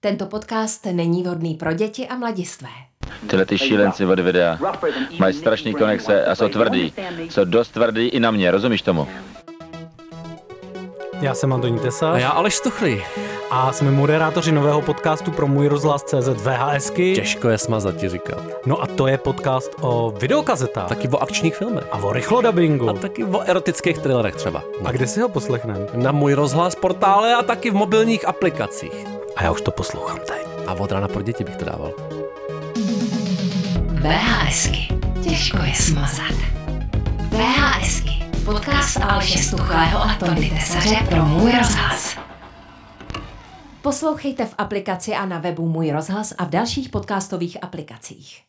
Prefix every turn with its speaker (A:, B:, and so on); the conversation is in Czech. A: Tento podcast není vhodný pro děti a mladistvé.
B: Tyhle ty šílenci od videa mají strašný konexe a jsou tvrdý. Jsou dost tvrdý i na mě, rozumíš tomu?
C: Já jsem Antoní Tesa
D: A já Aleš Stuchlý.
C: a jsme moderátoři nového podcastu pro můj rozhlas CZ VHSky.
D: Těžko je smazat, ti říkám.
C: No a to je podcast o videokazetách
D: Taky o akčních filmech.
C: a o rychlodabingu.
D: A taky o erotických thrillerech třeba.
C: A kde si ho poslechneme?
D: Na můj rozhlas portále a taky v mobilních aplikacích.
C: A já už to poslouchám teď.
D: A od rána pro děti bych to dával.
A: VHSky. Těžko je smazat. VHSky. Podcast Aleše Stuchlého a Tony Tesaře pro Můj rozhlas. Poslouchejte v aplikaci a na webu Můj rozhlas a v dalších podcastových aplikacích.